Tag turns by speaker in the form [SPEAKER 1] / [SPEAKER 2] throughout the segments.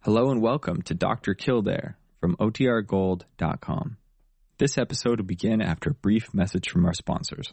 [SPEAKER 1] Hello and welcome to Dr. Kildare from OTRGold.com. This episode will begin after a brief message from our sponsors.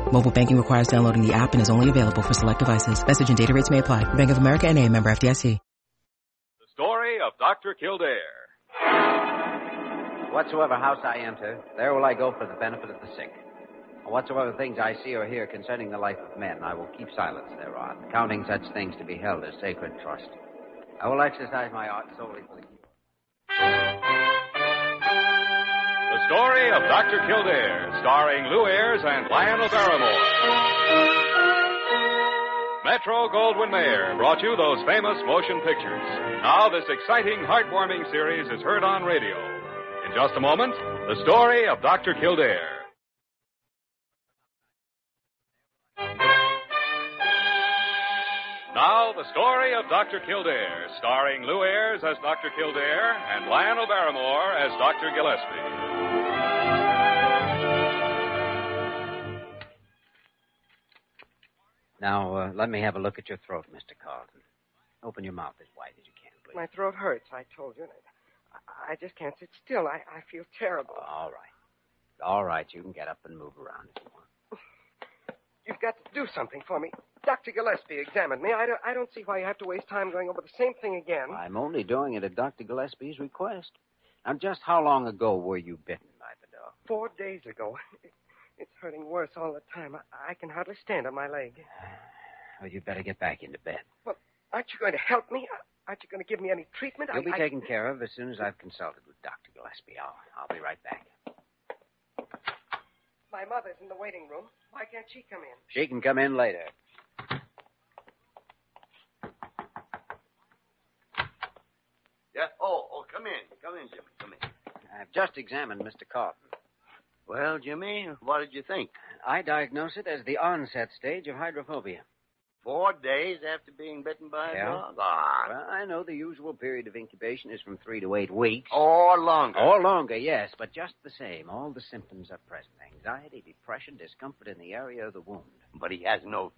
[SPEAKER 2] Mobile banking requires downloading the app and is only available for select devices. Message and data rates may apply. Bank of America and a member FDIC.
[SPEAKER 3] The story of Dr. Kildare.
[SPEAKER 4] Whatsoever house I enter, there will I go for the benefit of the sick. And whatsoever things I see or hear concerning the life of men, I will keep silence thereon, counting such things to be held as sacred trust. I will exercise my art solely for the cure.
[SPEAKER 3] The story of Dr. Kildare, starring Lou Ayres and Lionel Barrymore. Metro Goldwyn Mayer brought you those famous motion pictures. Now, this exciting, heartwarming series is heard on radio. In just a moment, the story of Dr. Kildare. Now, the story of Dr. Kildare, starring Lou Ayres as Dr. Kildare and Lionel Barrymore as Dr. Gillespie.
[SPEAKER 4] Now, uh, let me have a look at your throat, Mr. Carlton. Open your mouth as wide as you can, please.
[SPEAKER 5] My throat hurts, I told you. I, I just can't sit still. I, I feel terrible.
[SPEAKER 4] All right. All right, you can get up and move around if you want.
[SPEAKER 5] You've got to do something for me. Dr. Gillespie examined me. I don't, I don't see why you have to waste time going over the same thing again.
[SPEAKER 4] I'm only doing it at Dr. Gillespie's request. Now, just how long ago were you bitten by the dog?
[SPEAKER 5] Four days ago. It- It's hurting worse all the time. I, I can hardly stand on my leg.
[SPEAKER 4] Well, Oh, you'd better get back into bed.
[SPEAKER 5] Well, aren't you going to help me? Aren't you going to give me any treatment? I-
[SPEAKER 4] You'll be
[SPEAKER 5] I-
[SPEAKER 4] taken care of as soon as I've consulted with Dr. Gillespie. I'll, I'll be right back.
[SPEAKER 5] My mother's in the waiting room. Why can't she come in?
[SPEAKER 4] She can come in later.
[SPEAKER 6] Yeah? Oh, oh, come in. Come in, Jimmy. Come in.
[SPEAKER 4] I've just examined Mr. Carlton.
[SPEAKER 6] Well, Jimmy, what did you think?
[SPEAKER 4] I diagnose it as the onset stage of hydrophobia.
[SPEAKER 6] Four days after being bitten by a
[SPEAKER 4] Yeah.
[SPEAKER 6] dog? Ah.
[SPEAKER 4] Well, I know the usual period of incubation is from three to eight weeks.
[SPEAKER 6] Or longer.
[SPEAKER 4] Or longer, yes, but just the same, all the symptoms are present anxiety, depression, discomfort in the area of the wound.
[SPEAKER 6] But he has no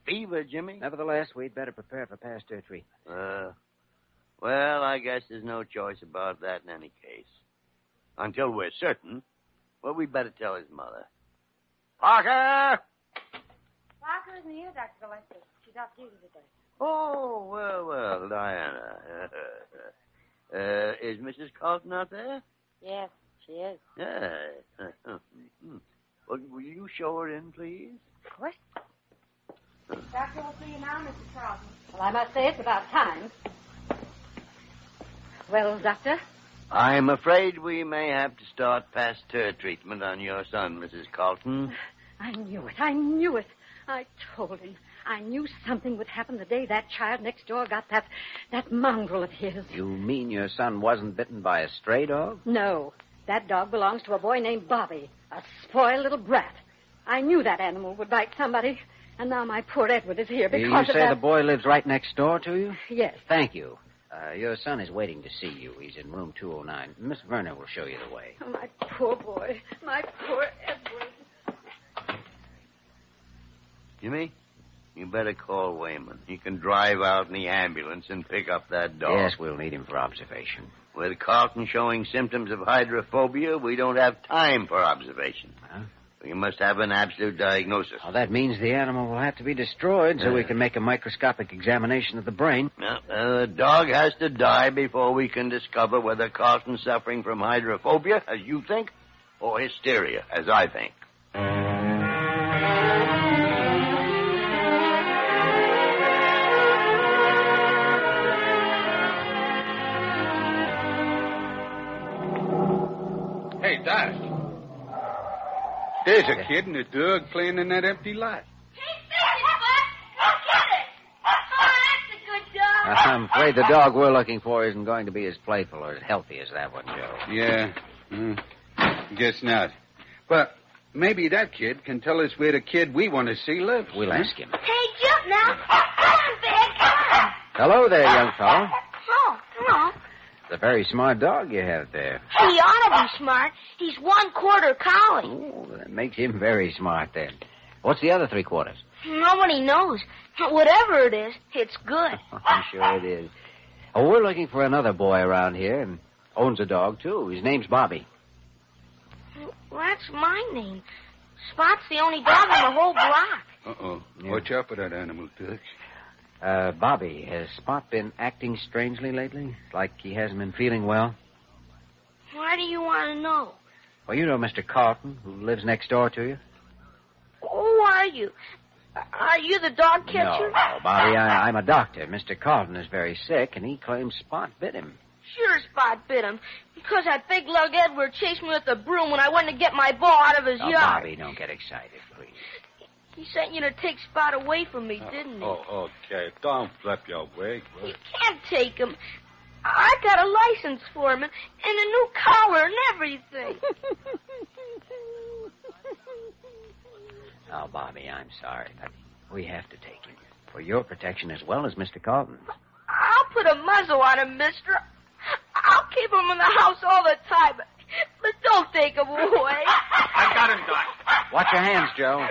[SPEAKER 6] fever, Jimmy.
[SPEAKER 4] Nevertheless, we'd better prepare for pasteur treatment.
[SPEAKER 6] Uh, well, I guess there's no choice about that in any case. Until we're certain. Well, we better tell his mother. Parker!
[SPEAKER 7] Parker isn't here, Dr. Gillespie. She's off duty today.
[SPEAKER 6] Oh, well, well, Diana. Uh, is Mrs. Carlton out there?
[SPEAKER 7] Yes, she is.
[SPEAKER 6] Yeah. Well, will you show her in, please?
[SPEAKER 7] Of course. Doctor will see you now, Mr. Carlton. Well, I must say it's about time. Well, Doctor?
[SPEAKER 6] I'm afraid we may have to start Pasteur treatment on your son, Mrs. Carlton.
[SPEAKER 7] I knew it. I knew it. I told him. I knew something would happen the day that child next door got that that mongrel of his.
[SPEAKER 4] You mean your son wasn't bitten by a stray dog?
[SPEAKER 7] No. That dog belongs to a boy named Bobby, a spoiled little brat. I knew that animal would bite somebody, and now my poor Edward is here because
[SPEAKER 4] you
[SPEAKER 7] of
[SPEAKER 4] say
[SPEAKER 7] that.
[SPEAKER 4] the boy lives right next door to you?
[SPEAKER 7] Yes.
[SPEAKER 4] Thank you. Uh, your son is waiting to see you. He's in room 209. Miss Verner will show you the way.
[SPEAKER 7] Oh, my poor boy. My poor Edward.
[SPEAKER 6] Jimmy, you better call Wayman. He can drive out in the ambulance and pick up that dog.
[SPEAKER 4] Yes, we'll need him for observation.
[SPEAKER 6] With Carlton showing symptoms of hydrophobia, we don't have time for observation.
[SPEAKER 4] Huh?
[SPEAKER 6] We must have an absolute diagnosis.
[SPEAKER 4] Well, that means the animal will have to be destroyed so we can make a microscopic examination of the brain.
[SPEAKER 6] Now, uh, the dog has to die before we can discover whether Carlton's suffering from hydrophobia, as you think, or hysteria, as I think.
[SPEAKER 8] it died. There's a kid and a dog playing in that empty lot.
[SPEAKER 9] Oh,
[SPEAKER 4] Uh, I'm afraid the dog we're looking for isn't going to be as playful or as healthy as that one, Joe.
[SPEAKER 8] Yeah. Hmm. Guess not. But maybe that kid can tell us where the kid we want to see lives.
[SPEAKER 4] We'll
[SPEAKER 8] huh?
[SPEAKER 4] ask him.
[SPEAKER 9] Hey, jump now. Come on, Bed. Come on.
[SPEAKER 4] Hello there, young fellow.
[SPEAKER 9] Oh, come on.
[SPEAKER 4] It's a very smart dog you have there.
[SPEAKER 9] He ought to be smart. He's one quarter collie.
[SPEAKER 4] Ooh, that makes him very smart then. What's the other three quarters?
[SPEAKER 9] Nobody knows. Whatever it is, it's good.
[SPEAKER 4] I'm sure it is. Oh, we're looking for another boy around here and owns a dog, too. His name's Bobby.
[SPEAKER 9] Well, that's my name. Spot's the only dog on the whole block.
[SPEAKER 8] Uh-oh. Watch out for that animal, Dutch.
[SPEAKER 4] Uh, Bobby, has Spot been acting strangely lately? Like he hasn't been feeling well?
[SPEAKER 9] Why do you want to know?
[SPEAKER 4] Well, you know Mr. Carlton, who lives next door to you.
[SPEAKER 9] Who are you? Are you the dog
[SPEAKER 4] No,
[SPEAKER 9] catcher?
[SPEAKER 4] no, Bobby, I, I'm a doctor. Mr. Carlton is very sick, and he claims Spot bit him.
[SPEAKER 9] Sure, Spot bit him. Because that big lug Edward chased me with a broom when I went to get my ball out of his
[SPEAKER 8] Oh,
[SPEAKER 4] Now,
[SPEAKER 9] yard.
[SPEAKER 4] Bobby, don't get excited, please.
[SPEAKER 9] He sent you to take Spot away from me, didn't he?
[SPEAKER 8] Oh, okay. Don't flip your wig.
[SPEAKER 9] You can't take him. I got a license for him and, and a new collar and everything.
[SPEAKER 4] Now, Bobby, I'm sorry, but we have to take him. For your protection as well as Mr. Carlton.
[SPEAKER 9] I'll put a muzzle on him, mister. I'll keep him in the house all the time. But don't take him away.
[SPEAKER 8] I got him, Doc.
[SPEAKER 4] Watch your hands, Joe.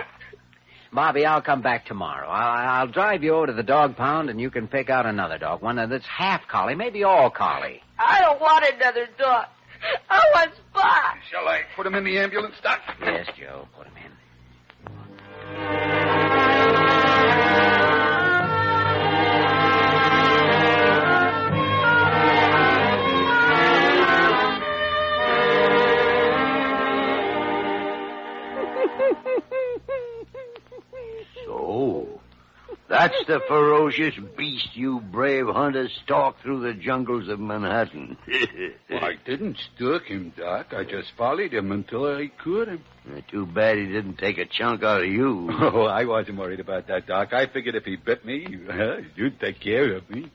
[SPEAKER 4] Bobby, I'll come back tomorrow. I'll, I'll drive you over to the dog pound, and you can pick out another dog, one that's half collie, maybe all collie.
[SPEAKER 9] I don't want another dog. I want Spot.
[SPEAKER 8] Shall I put him in the ambulance, Doc?
[SPEAKER 4] Yes, Joe, put him in.
[SPEAKER 6] So, that's the ferocious beast you brave hunters stalk through the jungles of Manhattan.
[SPEAKER 8] Well, I didn't stalk him, Doc. I just followed him until I caught him.
[SPEAKER 6] Uh, Too bad he didn't take a chunk out of you.
[SPEAKER 8] Oh, I wasn't worried about that, Doc. I figured if he bit me, you'd take care of me.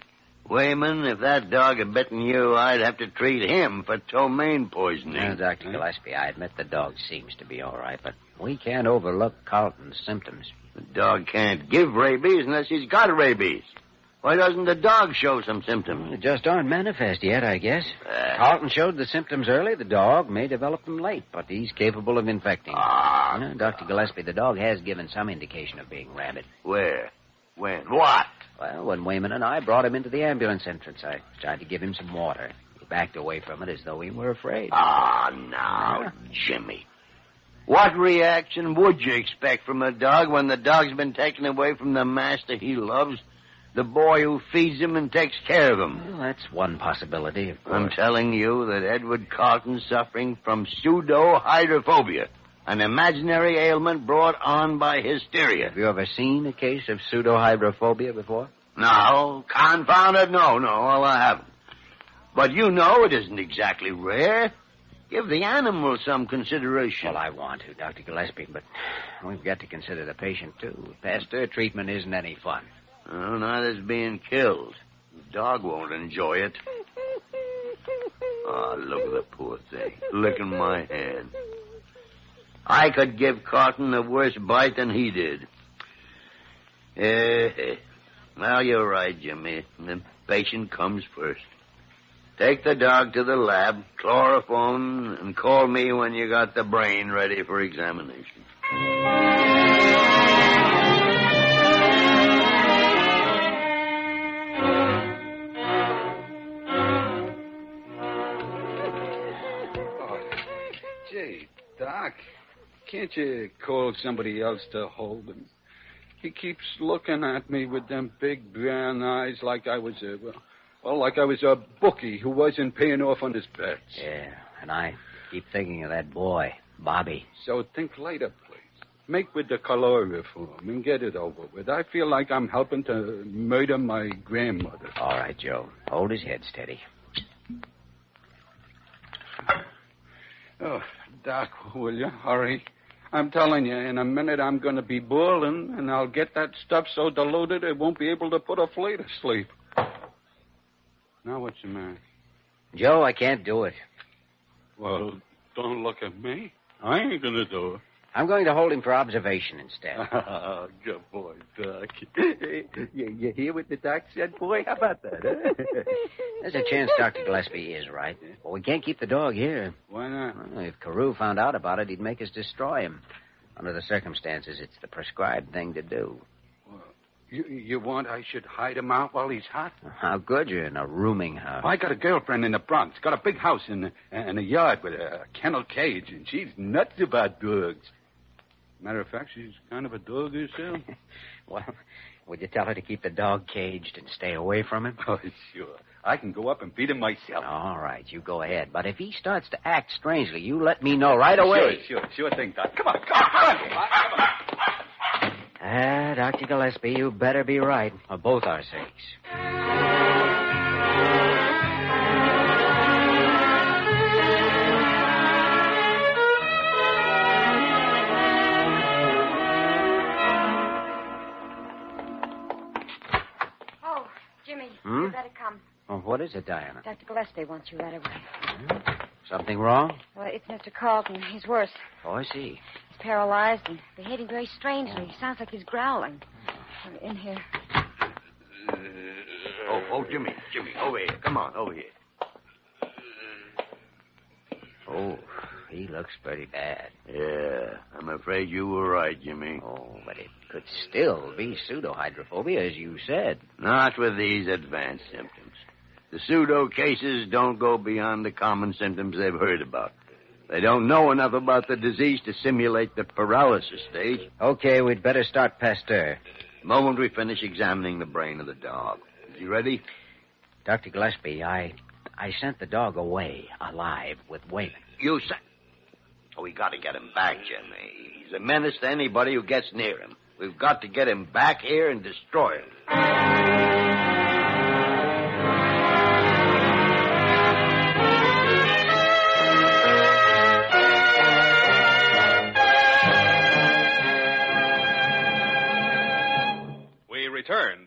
[SPEAKER 6] Wayman, if that dog had bitten you, I'd have to treat him for ptomaine poisoning.
[SPEAKER 4] Now, Dr. Gillespie, I admit the dog seems to be all right, but we can't overlook Carlton's symptoms.
[SPEAKER 6] The dog can't give rabies unless he's got rabies. Why doesn't the dog show some symptoms?
[SPEAKER 4] They just aren't manifest yet, I guess.
[SPEAKER 6] Uh,
[SPEAKER 4] Carlton showed the symptoms early. The dog may develop them late, but he's capable of infecting.
[SPEAKER 6] Ah.
[SPEAKER 4] You know, Dr. Gillespie, the dog has given some indication of being rabid.
[SPEAKER 6] where? When? What?
[SPEAKER 4] Well, when Wayman and I brought him into the ambulance entrance, I tried to give him some water. He backed away from it as though he were afraid.
[SPEAKER 6] Ah, now, Jimmy. What reaction would you expect from a dog when the dog's been taken away from the master he loves, the boy who feeds him and takes care of him?
[SPEAKER 4] Well, that's one possibility, of
[SPEAKER 6] I'm
[SPEAKER 4] course.
[SPEAKER 6] telling you that Edward Carlton's suffering from pseudo hydrophobia, an imaginary ailment brought on by hysteria.
[SPEAKER 4] Have you ever seen a case of pseudohydrophobia before?
[SPEAKER 6] No, confound it, no, no, well, I haven't. But you know it isn't exactly rare. Give the animal some consideration.
[SPEAKER 4] Well, I want to, Dr. Gillespie, but we've got to consider the patient, too. Past her treatment isn't any fun.
[SPEAKER 6] Well, neither's being killed. The dog won't enjoy it. Ah, look at the poor thing, licking my hand. I could give Carton a worse bite than he did. Eh, now you're right, Jimmy. The patient comes first. Take the dog to the lab, chloroform, and call me when you got the brain ready for examination.
[SPEAKER 8] Oh, gee, Doc, can't you call somebody else to hold him? He keeps looking at me with them big brown eyes like I was a, well, well, like I was a bookie who wasn't paying off on his bets.
[SPEAKER 4] Yeah, and I keep thinking of that boy, Bobby.
[SPEAKER 8] So think later, please. Make with the chloroform and get it over with. I feel like I'm helping to murder my grandmother.
[SPEAKER 4] All right, Joe. Hold his head steady.
[SPEAKER 8] Oh, Doc, will you hurry? I'm telling you, in a minute I'm going to be boiling, and I'll get that stuff so diluted it won't be able to put a flea to sleep. Now what's the matter?
[SPEAKER 4] Joe, I can't do it.
[SPEAKER 8] Well, don't look at me. I ain't going to do it.
[SPEAKER 4] I'm going to hold him for observation instead.
[SPEAKER 8] Oh, good boy, Doc.
[SPEAKER 10] you, you hear what the doc said, boy? How about that? Huh?
[SPEAKER 4] There's a chance Dr. Gillespie is right. But we can't keep the dog here.
[SPEAKER 8] Why not?
[SPEAKER 4] Well, if Carew found out about it, he'd make us destroy him. Under the circumstances, it's the prescribed thing to do.
[SPEAKER 8] You, you want I should hide him out while he's hot?
[SPEAKER 4] How good you're in a rooming house.
[SPEAKER 8] I got a girlfriend in the Bronx, got a big house in, and a yard with a kennel cage, and she's nuts about dogs. Matter of fact, she's kind of a dog herself.
[SPEAKER 4] Well, would you tell her to keep the dog caged and stay away from him?
[SPEAKER 8] oh, sure. I can go up and feed him myself.
[SPEAKER 4] All right, you go ahead. But if he starts to act strangely, you let me know right away.
[SPEAKER 8] Sure, sure, sure thing, Doc. Come on, come on, come on.
[SPEAKER 4] Ah, Dr. Gillespie, you better be right for both our sakes.
[SPEAKER 9] Oh, Jimmy,
[SPEAKER 4] Hmm?
[SPEAKER 9] you better come.
[SPEAKER 4] Well, what is it, Diana?
[SPEAKER 7] Dr. Gillespie wants you right away.
[SPEAKER 4] Something wrong?
[SPEAKER 7] Well, it's Mr. Carlton. He's worse.
[SPEAKER 4] Oh, I see.
[SPEAKER 7] He's paralyzed and behaving very strangely. Sounds like he's growling. Well, In here.
[SPEAKER 6] Oh, oh, Jimmy, Jimmy, over here. Come on, over here.
[SPEAKER 4] Oh, he looks pretty bad.
[SPEAKER 6] Yeah, I'm afraid you were right, Jimmy.
[SPEAKER 4] Oh, but it could still be pseudohydrophobia, as you said.
[SPEAKER 6] Not with these advanced symptoms. The pseudo cases don't go beyond the common symptoms they've heard about. They don't know enough about the disease to simulate the paralysis stage.
[SPEAKER 4] Okay, we'd better start Pasteur.
[SPEAKER 6] The moment we finish examining the brain of the dog. Is he ready?
[SPEAKER 4] Dr. Gillespie, I I sent the dog away alive with Wayman.
[SPEAKER 6] You say. Oh, we got to get him back, Jimmy. He's a menace to anybody who gets near him. We've got to get him back here and destroy him.
[SPEAKER 3] We return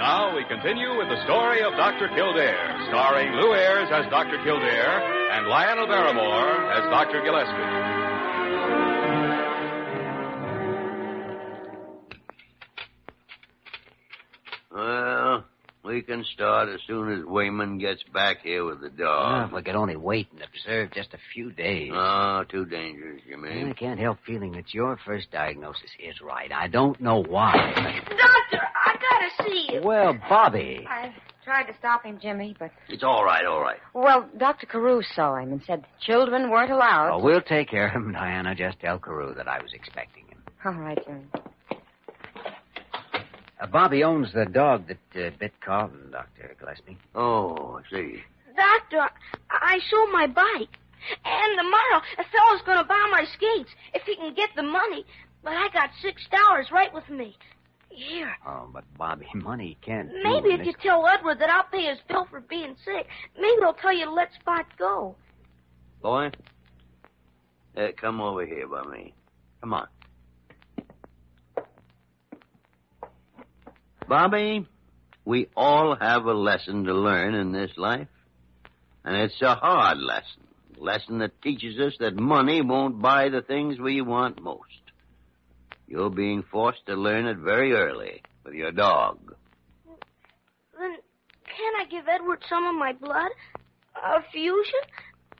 [SPEAKER 3] Now we continue with the story of Dr. Kildare, starring Lou Ayres as Dr. Kildare and Lionel Barrymore as Dr. Gillespie.
[SPEAKER 6] Well, we can start as soon as Wayman gets back here with the dog.
[SPEAKER 4] if we could only wait and observe just a few days.
[SPEAKER 6] Oh, too dangerous,
[SPEAKER 4] Well, I
[SPEAKER 6] Jimmy.
[SPEAKER 4] can't help feeling that your first diagnosis is right. I don't know why.
[SPEAKER 9] Doctor, I gotta see you.
[SPEAKER 4] Well, Bobby.
[SPEAKER 7] I tried to stop him, Jimmy, but.
[SPEAKER 6] It's all right, all right.
[SPEAKER 7] Well, Dr. Carew saw him and said children weren't allowed.
[SPEAKER 6] Oh.
[SPEAKER 4] Oh, Well, we'll take care of him, Diana. Just tell Carew that I was expecting him.
[SPEAKER 7] All right, Jimmy.
[SPEAKER 4] Uh, Bobby owns the dog that uh, bit Carlton, Dr. Gillespie.
[SPEAKER 6] Oh, I see.
[SPEAKER 9] Doctor, I I sold my bike. And tomorrow, a fellow's gonna buy my skates if he can get the money. But I got six dollars right with me. Here.
[SPEAKER 4] Oh, but Bobby, money can't. do
[SPEAKER 9] Maybe if
[SPEAKER 4] this.
[SPEAKER 9] you tell Edward that I'll pay his bill for being sick, maybe he'll tell you to let Spot go.
[SPEAKER 6] Boy, uh, come over here by me. Come on. Bobby, we all have a lesson to learn in this life. And it's a hard lesson. A lesson that teaches us that money won't buy the things we want most. You're being forced to learn it very early with your dog.
[SPEAKER 9] Then can I give Edward some of my blood? A fusion?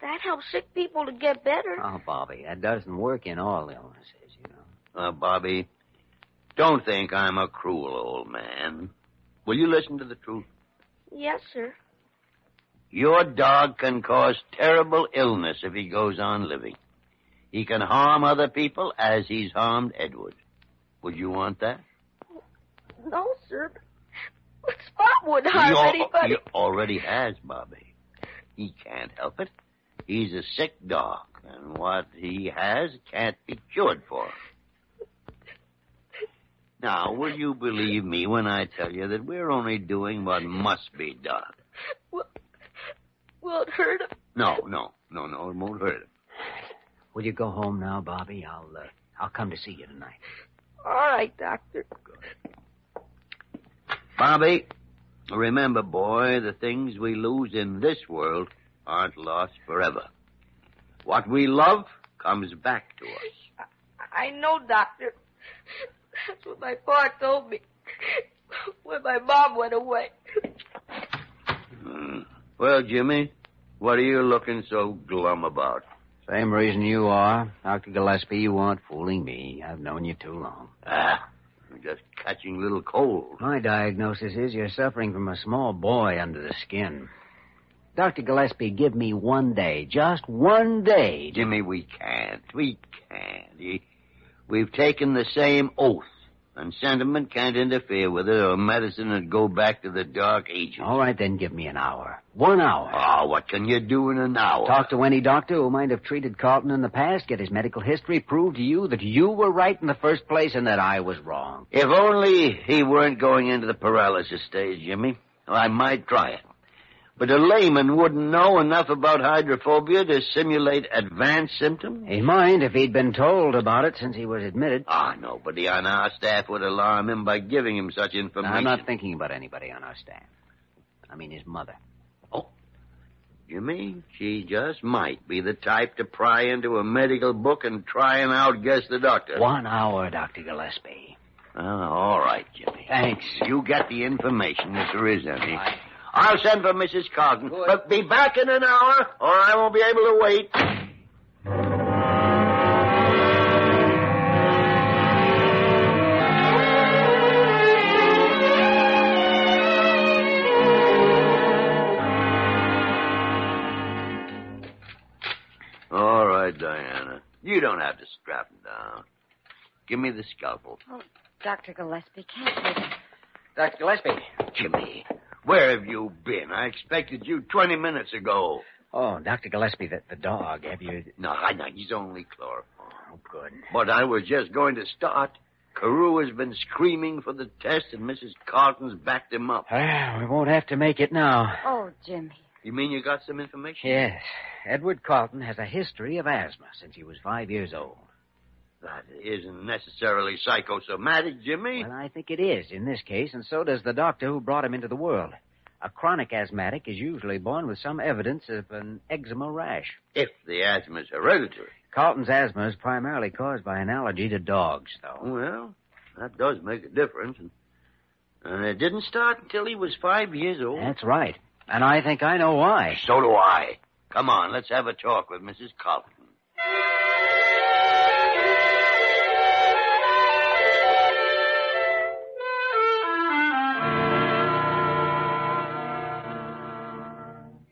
[SPEAKER 9] That helps sick people to get better.
[SPEAKER 4] Oh, Bobby, that doesn't work in all illnesses, you know.
[SPEAKER 6] Uh, Bobby, Don't think I'm a cruel old man. Will you listen to the truth?
[SPEAKER 9] Yes, sir.
[SPEAKER 6] Your dog can cause terrible illness if he goes on living. He can harm other people as he's harmed Edward. Would you want that?
[SPEAKER 9] No, sir. But Spot would harm
[SPEAKER 6] al-
[SPEAKER 9] anybody.
[SPEAKER 6] he already has, Bobby. He can't help it. He's a sick dog, and what he has can't be cured for. Now, will you believe me when I tell you that we're only doing what must be done?
[SPEAKER 9] Will it hurt him?
[SPEAKER 6] No, no, no, no, it won't hurt him.
[SPEAKER 4] Will you go home now, Bobby? I'll uh, I'll come to see you tonight.
[SPEAKER 9] All right, Doctor.
[SPEAKER 6] Bobby, remember, boy, the things we lose in this world aren't lost forever. What we love comes back to us.
[SPEAKER 9] I know, Doctor. That's what my pa told me when my mom went away.
[SPEAKER 6] Hmm. Well, Jimmy, what are you looking so glum about?
[SPEAKER 4] Same reason you are. Dr. Gillespie, you aren't fooling me. I've known you too long.
[SPEAKER 6] Ah, you're just catching little cold.
[SPEAKER 4] My diagnosis is you're suffering from a small boy under the skin. Dr. Gillespie, give me one day, just one day.
[SPEAKER 6] Jimmy, we can't. We can't. He- We've taken the same oath, and sentiment can't interfere with it, or medicine would go back to the dark ages.
[SPEAKER 4] All right, then give me an hour. One hour.
[SPEAKER 6] Ah, what can you do in an hour?
[SPEAKER 4] Talk to any doctor who might have treated Carlton in the past, get his medical history, prove to you that you were right in the first place and that I was wrong.
[SPEAKER 6] If only he weren't going into the paralysis stage, Jimmy. I might try it. But a layman wouldn't know enough about hydrophobia to simulate advanced symptoms.
[SPEAKER 4] He'd mind if he'd been told about it since he was admitted.
[SPEAKER 6] Ah, nobody on our staff would alarm him by giving him such
[SPEAKER 4] No,
[SPEAKER 6] information.
[SPEAKER 4] I'm not thinking about anybody on our staff. I mean his mother.
[SPEAKER 6] Jimmy, she just might be the type to pry into a medical book and try and outguess the doctor.
[SPEAKER 4] One hour, Dr. Gillespie.
[SPEAKER 6] Ah, all right, Jimmy.
[SPEAKER 4] Thanks.
[SPEAKER 6] You get the information if there is any. I'll send for Mrs. Carlton, but be back in an hour or I won't be able to wait. All right, Diana. You don't have to strap him down. Give me the scalpel.
[SPEAKER 7] Dr. Gillespie can't you?
[SPEAKER 4] Dr. Gillespie.
[SPEAKER 6] Jimmy, where have you been? I expected you 20 minutes ago.
[SPEAKER 4] Oh, Dr. Gillespie, the, the dog. Have you.
[SPEAKER 6] No, I know. He's only chloroform.
[SPEAKER 4] Oh, good.
[SPEAKER 6] But I was just going to start. Carew has been screaming for the test, and Mrs. Carlton's backed him up.
[SPEAKER 4] Well, we won't have to make it now.
[SPEAKER 7] Oh, Jimmy.
[SPEAKER 6] You mean you got some information?
[SPEAKER 4] Yes. Edward Carlton has a history of asthma since he was five years old.
[SPEAKER 6] That isn't necessarily psychosomatic, Jimmy.
[SPEAKER 4] Well, I think it is in this case, and so does the doctor who brought him into the world. A chronic asthmatic is usually born with some evidence of an eczema rash.
[SPEAKER 6] if the asthma's hereditary.
[SPEAKER 4] Carlton's asthma is primarily caused by an allergy to dogs, though.
[SPEAKER 6] Well, that does make a difference. And, and it didn't start until he was five years old.
[SPEAKER 4] That's right. And I think I know why.
[SPEAKER 6] So do I. Come on, let's have a talk with Mrs. Carlton.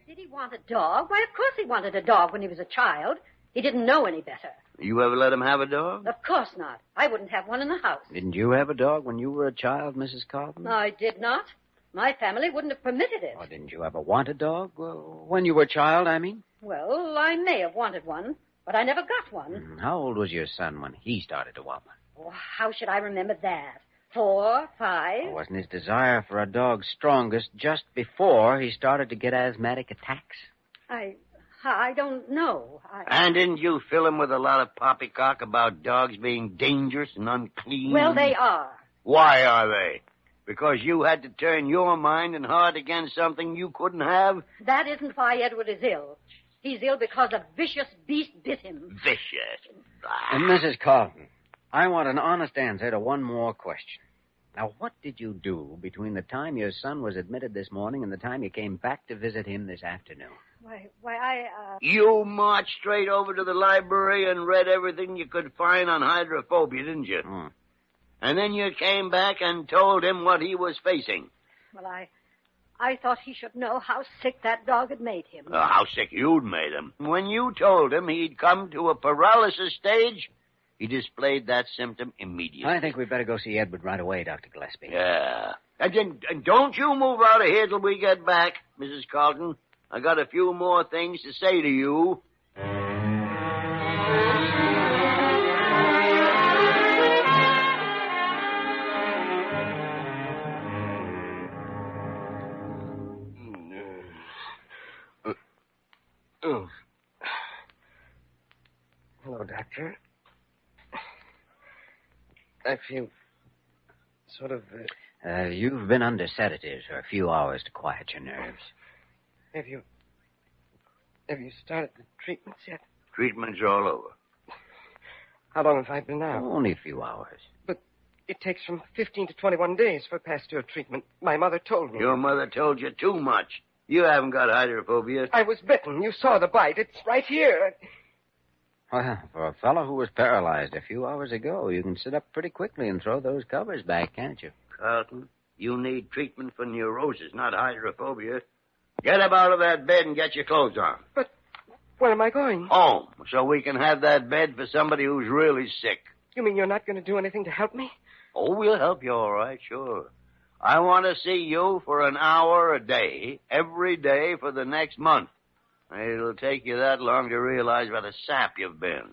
[SPEAKER 7] Did he want a dog? Why, of course he wanted a dog when he was a child. He didn't know any better.
[SPEAKER 6] You ever let him have a dog?
[SPEAKER 7] Of course not. I wouldn't have one in the house.
[SPEAKER 4] Didn't you have a dog when you were a child, Mrs. Carlton?
[SPEAKER 7] I did not. My family wouldn't have permitted it.
[SPEAKER 4] Or didn't you ever want a dog? Well, when you were a child, I mean?
[SPEAKER 7] Well, I may have wanted one, but I never got one.
[SPEAKER 4] Mm, How old was your son when he started to wobble?
[SPEAKER 7] Oh, how should I remember that? Four, five?
[SPEAKER 4] Wasn't his desire for a dog strongest just before he started to get asthmatic attacks?
[SPEAKER 7] I, I don't know. I...
[SPEAKER 6] And didn't you fill him with a lot of poppycock about dogs being dangerous and unclean?
[SPEAKER 7] Well, they are.
[SPEAKER 6] Why are they? Because you had to turn your mind and heart against something you couldn't have?
[SPEAKER 7] That isn't why Edward is ill. He's ill because a vicious beast bit him.
[SPEAKER 6] Vicious.
[SPEAKER 4] And Mrs. Carlton, I want an honest answer to one more question. Now, what did you do between the time your son was admitted this morning and the time you came back to visit him this afternoon?
[SPEAKER 7] Why, why, I, uh,
[SPEAKER 6] You marched straight over to the library and read everything you could find on hydrophobia, didn't you?
[SPEAKER 4] Hmm.
[SPEAKER 6] And then you came back and told him what he was facing.
[SPEAKER 7] Well, I, I thought he should know how sick that dog had made him.
[SPEAKER 6] Oh, how sick you'd made him. When you told him he'd come to a paralysis stage, he displayed that symptom immediately.
[SPEAKER 4] I think we'd better go see Edward right away, Dr. Gillespie.
[SPEAKER 6] Yeah. And, then- and don't you move out of here till we get back, Mrs. Carlton. I got a few more things to say to you.
[SPEAKER 5] Oh. Hello, Doctor. I feel sort of. Uh,
[SPEAKER 4] Uh, you've been under sedatives for a few hours to quiet your nerves.
[SPEAKER 5] have you. Have you started the treatments yet?
[SPEAKER 6] Treatment's all over.
[SPEAKER 5] How long have I been out?
[SPEAKER 4] Only a few hours.
[SPEAKER 5] It takes from 15 to 21 days for Pasteur treatment. My mother told me.
[SPEAKER 6] Your mother told you too much. You haven't got hydrophobia.
[SPEAKER 5] I was bitten. You saw the bite. It's right here.
[SPEAKER 4] Well, for a fellow who was paralyzed a few hours ago, you can sit up pretty quickly and throw those covers back, can't you?
[SPEAKER 6] Carlton, you need treatment for neurosis, not hydrophobia. Get up out of that bed and get your clothes on.
[SPEAKER 5] Where am I going?
[SPEAKER 6] Home, so we can have that bed for somebody who's really sick.
[SPEAKER 5] You mean you're not going to do anything to help me?
[SPEAKER 6] Oh, we'll help you, all right, sure. I want to see you for an hour a day, every day for the next month. It'll take you that long to realize what a sap you've been.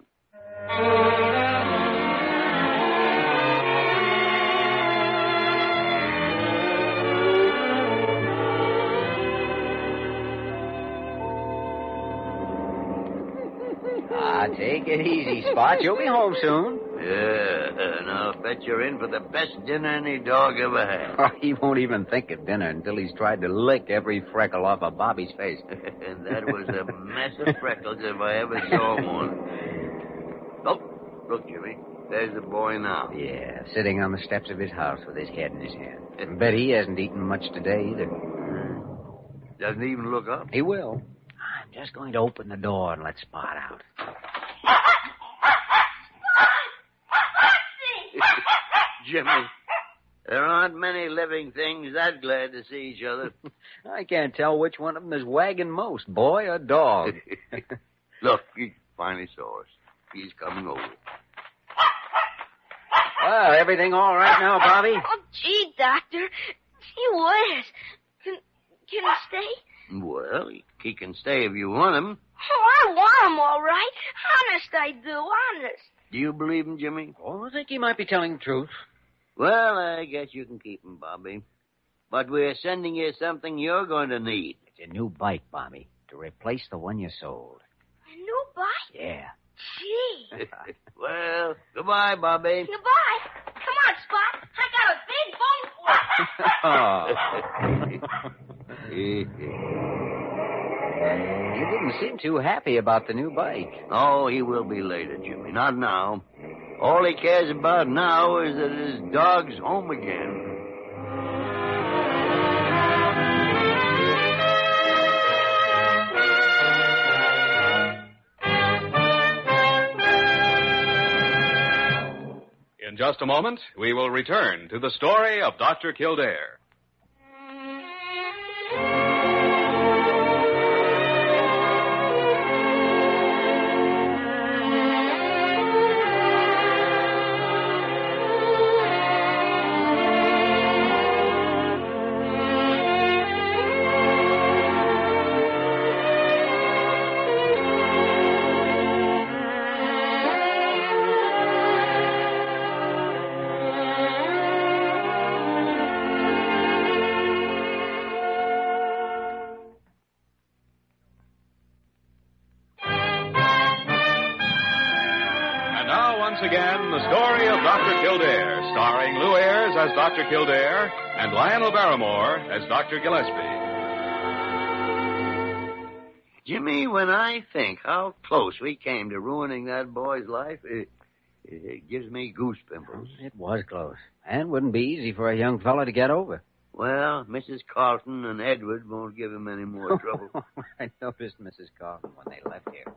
[SPEAKER 4] Ah, take it easy, Spot. You'll be home soon.
[SPEAKER 6] Yeah, and I'll bet you're in for the best dinner any dog ever had.
[SPEAKER 4] Oh, he won't even think of dinner until he's tried to lick every freckle off of Bobby's face.
[SPEAKER 6] and that was a mess of freckles if I ever saw one. Oh, look, Jimmy. There's the boy now.
[SPEAKER 4] Yeah, sitting on the steps of his house with his head in his hand. Bet he hasn't eaten much today either.
[SPEAKER 6] Doesn't even look up.
[SPEAKER 4] He will. I'm just going to open the door and let Spot out.
[SPEAKER 6] Jimmy, there aren't many living things that glad to see each other.
[SPEAKER 4] I can't tell which one of them is wagging most, boy or dog.
[SPEAKER 6] Look, he finally saw us. He's coming over.
[SPEAKER 4] well, everything all right now, Bobby?
[SPEAKER 9] Oh, gee, Doctor. Gee whiz. Can, can he stay?
[SPEAKER 6] Well, he- he can stay if you want him.
[SPEAKER 9] Oh, I want him all right. Honest, I do. Honest.
[SPEAKER 6] Do you believe him, Jimmy?
[SPEAKER 4] Oh, I think he might be telling the truth.
[SPEAKER 6] Well, I guess you can keep him, Bobby. But we're sending you something you're going to need.
[SPEAKER 4] It's a new bike, Bobby, to replace the one you sold.
[SPEAKER 9] A new bike?
[SPEAKER 4] Yeah.
[SPEAKER 9] Gee.
[SPEAKER 6] well, goodbye, Bobby.
[SPEAKER 9] Goodbye. Come on, Spot. I got a big bone for you.
[SPEAKER 4] Oh.
[SPEAKER 6] oh,
[SPEAKER 4] You didn't seem too happy about the new bike.
[SPEAKER 6] Oh, he will be later, Jimmy. Not now. All he cares about now is that his dog's home again.
[SPEAKER 3] In just a moment, we will return to the story of Dr. Kildare. And now, once again, the story of Dr. Kildare, starring Lou Ayres as Dr. Kildare and Lionel Barrymore as Dr. Gillespie.
[SPEAKER 6] Jimmy, when I think how close we came to ruining that boy's life, it, it gives me goose pimples.
[SPEAKER 4] It was close. And wouldn't be easy for a young fella to get over.
[SPEAKER 6] Well, Mrs. Carlton and Edward won't give him any more trouble.
[SPEAKER 4] I noticed Mrs. Carlton when they left here.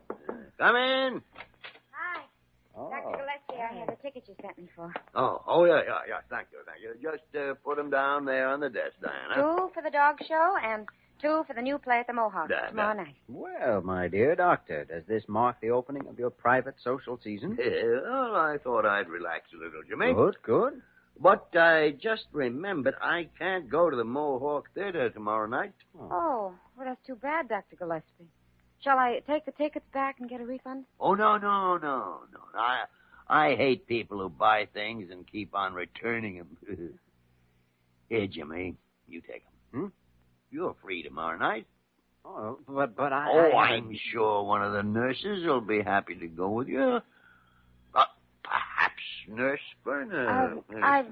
[SPEAKER 6] Come in.
[SPEAKER 9] Hi,
[SPEAKER 4] Oh.
[SPEAKER 9] Gillespie. I
[SPEAKER 11] here, the ticket you sent me for.
[SPEAKER 6] Oh, oh yeah, yeah, yeah. Thank you, thank you. Just uh, put 'em down there on the desk, Diana.
[SPEAKER 11] Two for the dog show and two for the new play at the Mohawk
[SPEAKER 6] Da- da.
[SPEAKER 11] tomorrow night.
[SPEAKER 4] Well, my dear doctor, does this mark the opening of your private social season?
[SPEAKER 6] Yeah, well, I thought I'd relax a little, Jimmy.
[SPEAKER 4] Good, good.
[SPEAKER 6] But I just remembered I can't go to the Mohawk Theater tomorrow night.
[SPEAKER 11] Oh, well, that's too bad, Dr. Gillespie. Shall I take the tickets back and get a refund?
[SPEAKER 6] Oh no, no, no, no. I I hate people who buy things and keep on returning 'em. Here, Jimmy, you take 'em. Hmm? You're free tomorrow night.
[SPEAKER 4] Oh, but but I.
[SPEAKER 6] oh, I'm sure one of the nurses will be happy to go with you. Uh, perhaps Nurse
[SPEAKER 4] Uh,
[SPEAKER 6] Berner.
[SPEAKER 11] Um, I,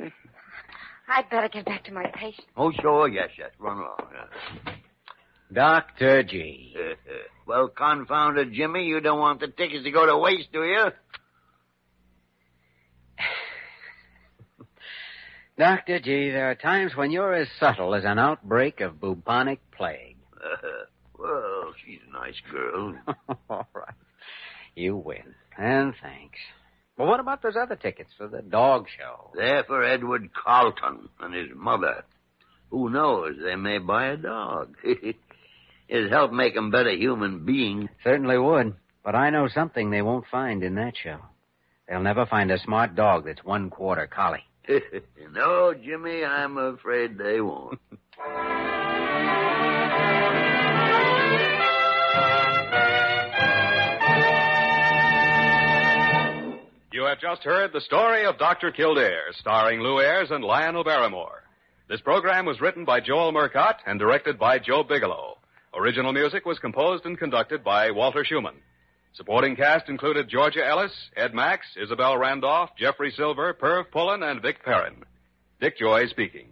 [SPEAKER 11] I'd better get back to my patient.
[SPEAKER 6] Oh, sure, yes, yes. Run along. yeah.
[SPEAKER 4] Doctor G.
[SPEAKER 6] well, confounded Jimmy, you don't want the tickets to go to waste, do you?
[SPEAKER 4] Doctor G. There are times when you're as subtle as an outbreak of bubonic plague.
[SPEAKER 6] well, she's a nice girl.
[SPEAKER 4] All right, you win, and thanks. Well, what about those other tickets for the dog show?
[SPEAKER 6] They're for Edward Carlton and his mother. Who knows? They may buy a dog. It'd help make 'em better human beings.
[SPEAKER 4] Certainly would, but I know something they won't find in that show. They'll never find a smart dog that's one quarter collie.
[SPEAKER 6] no, Jimmy, I'm afraid they won't.
[SPEAKER 3] You have just heard the story of Dr. Kildare, starring Lou Ayres and Lionel Barrymore. This program was written by Joel Murcott and directed by Joe Bigelow. Original music was composed and conducted by Walter Schumann. Supporting cast included Georgia Ellis, Ed Max, Isabel Randolph, Jeffrey Silver, Perv Pullen, and Vic Perrin. Dick Joy speaking.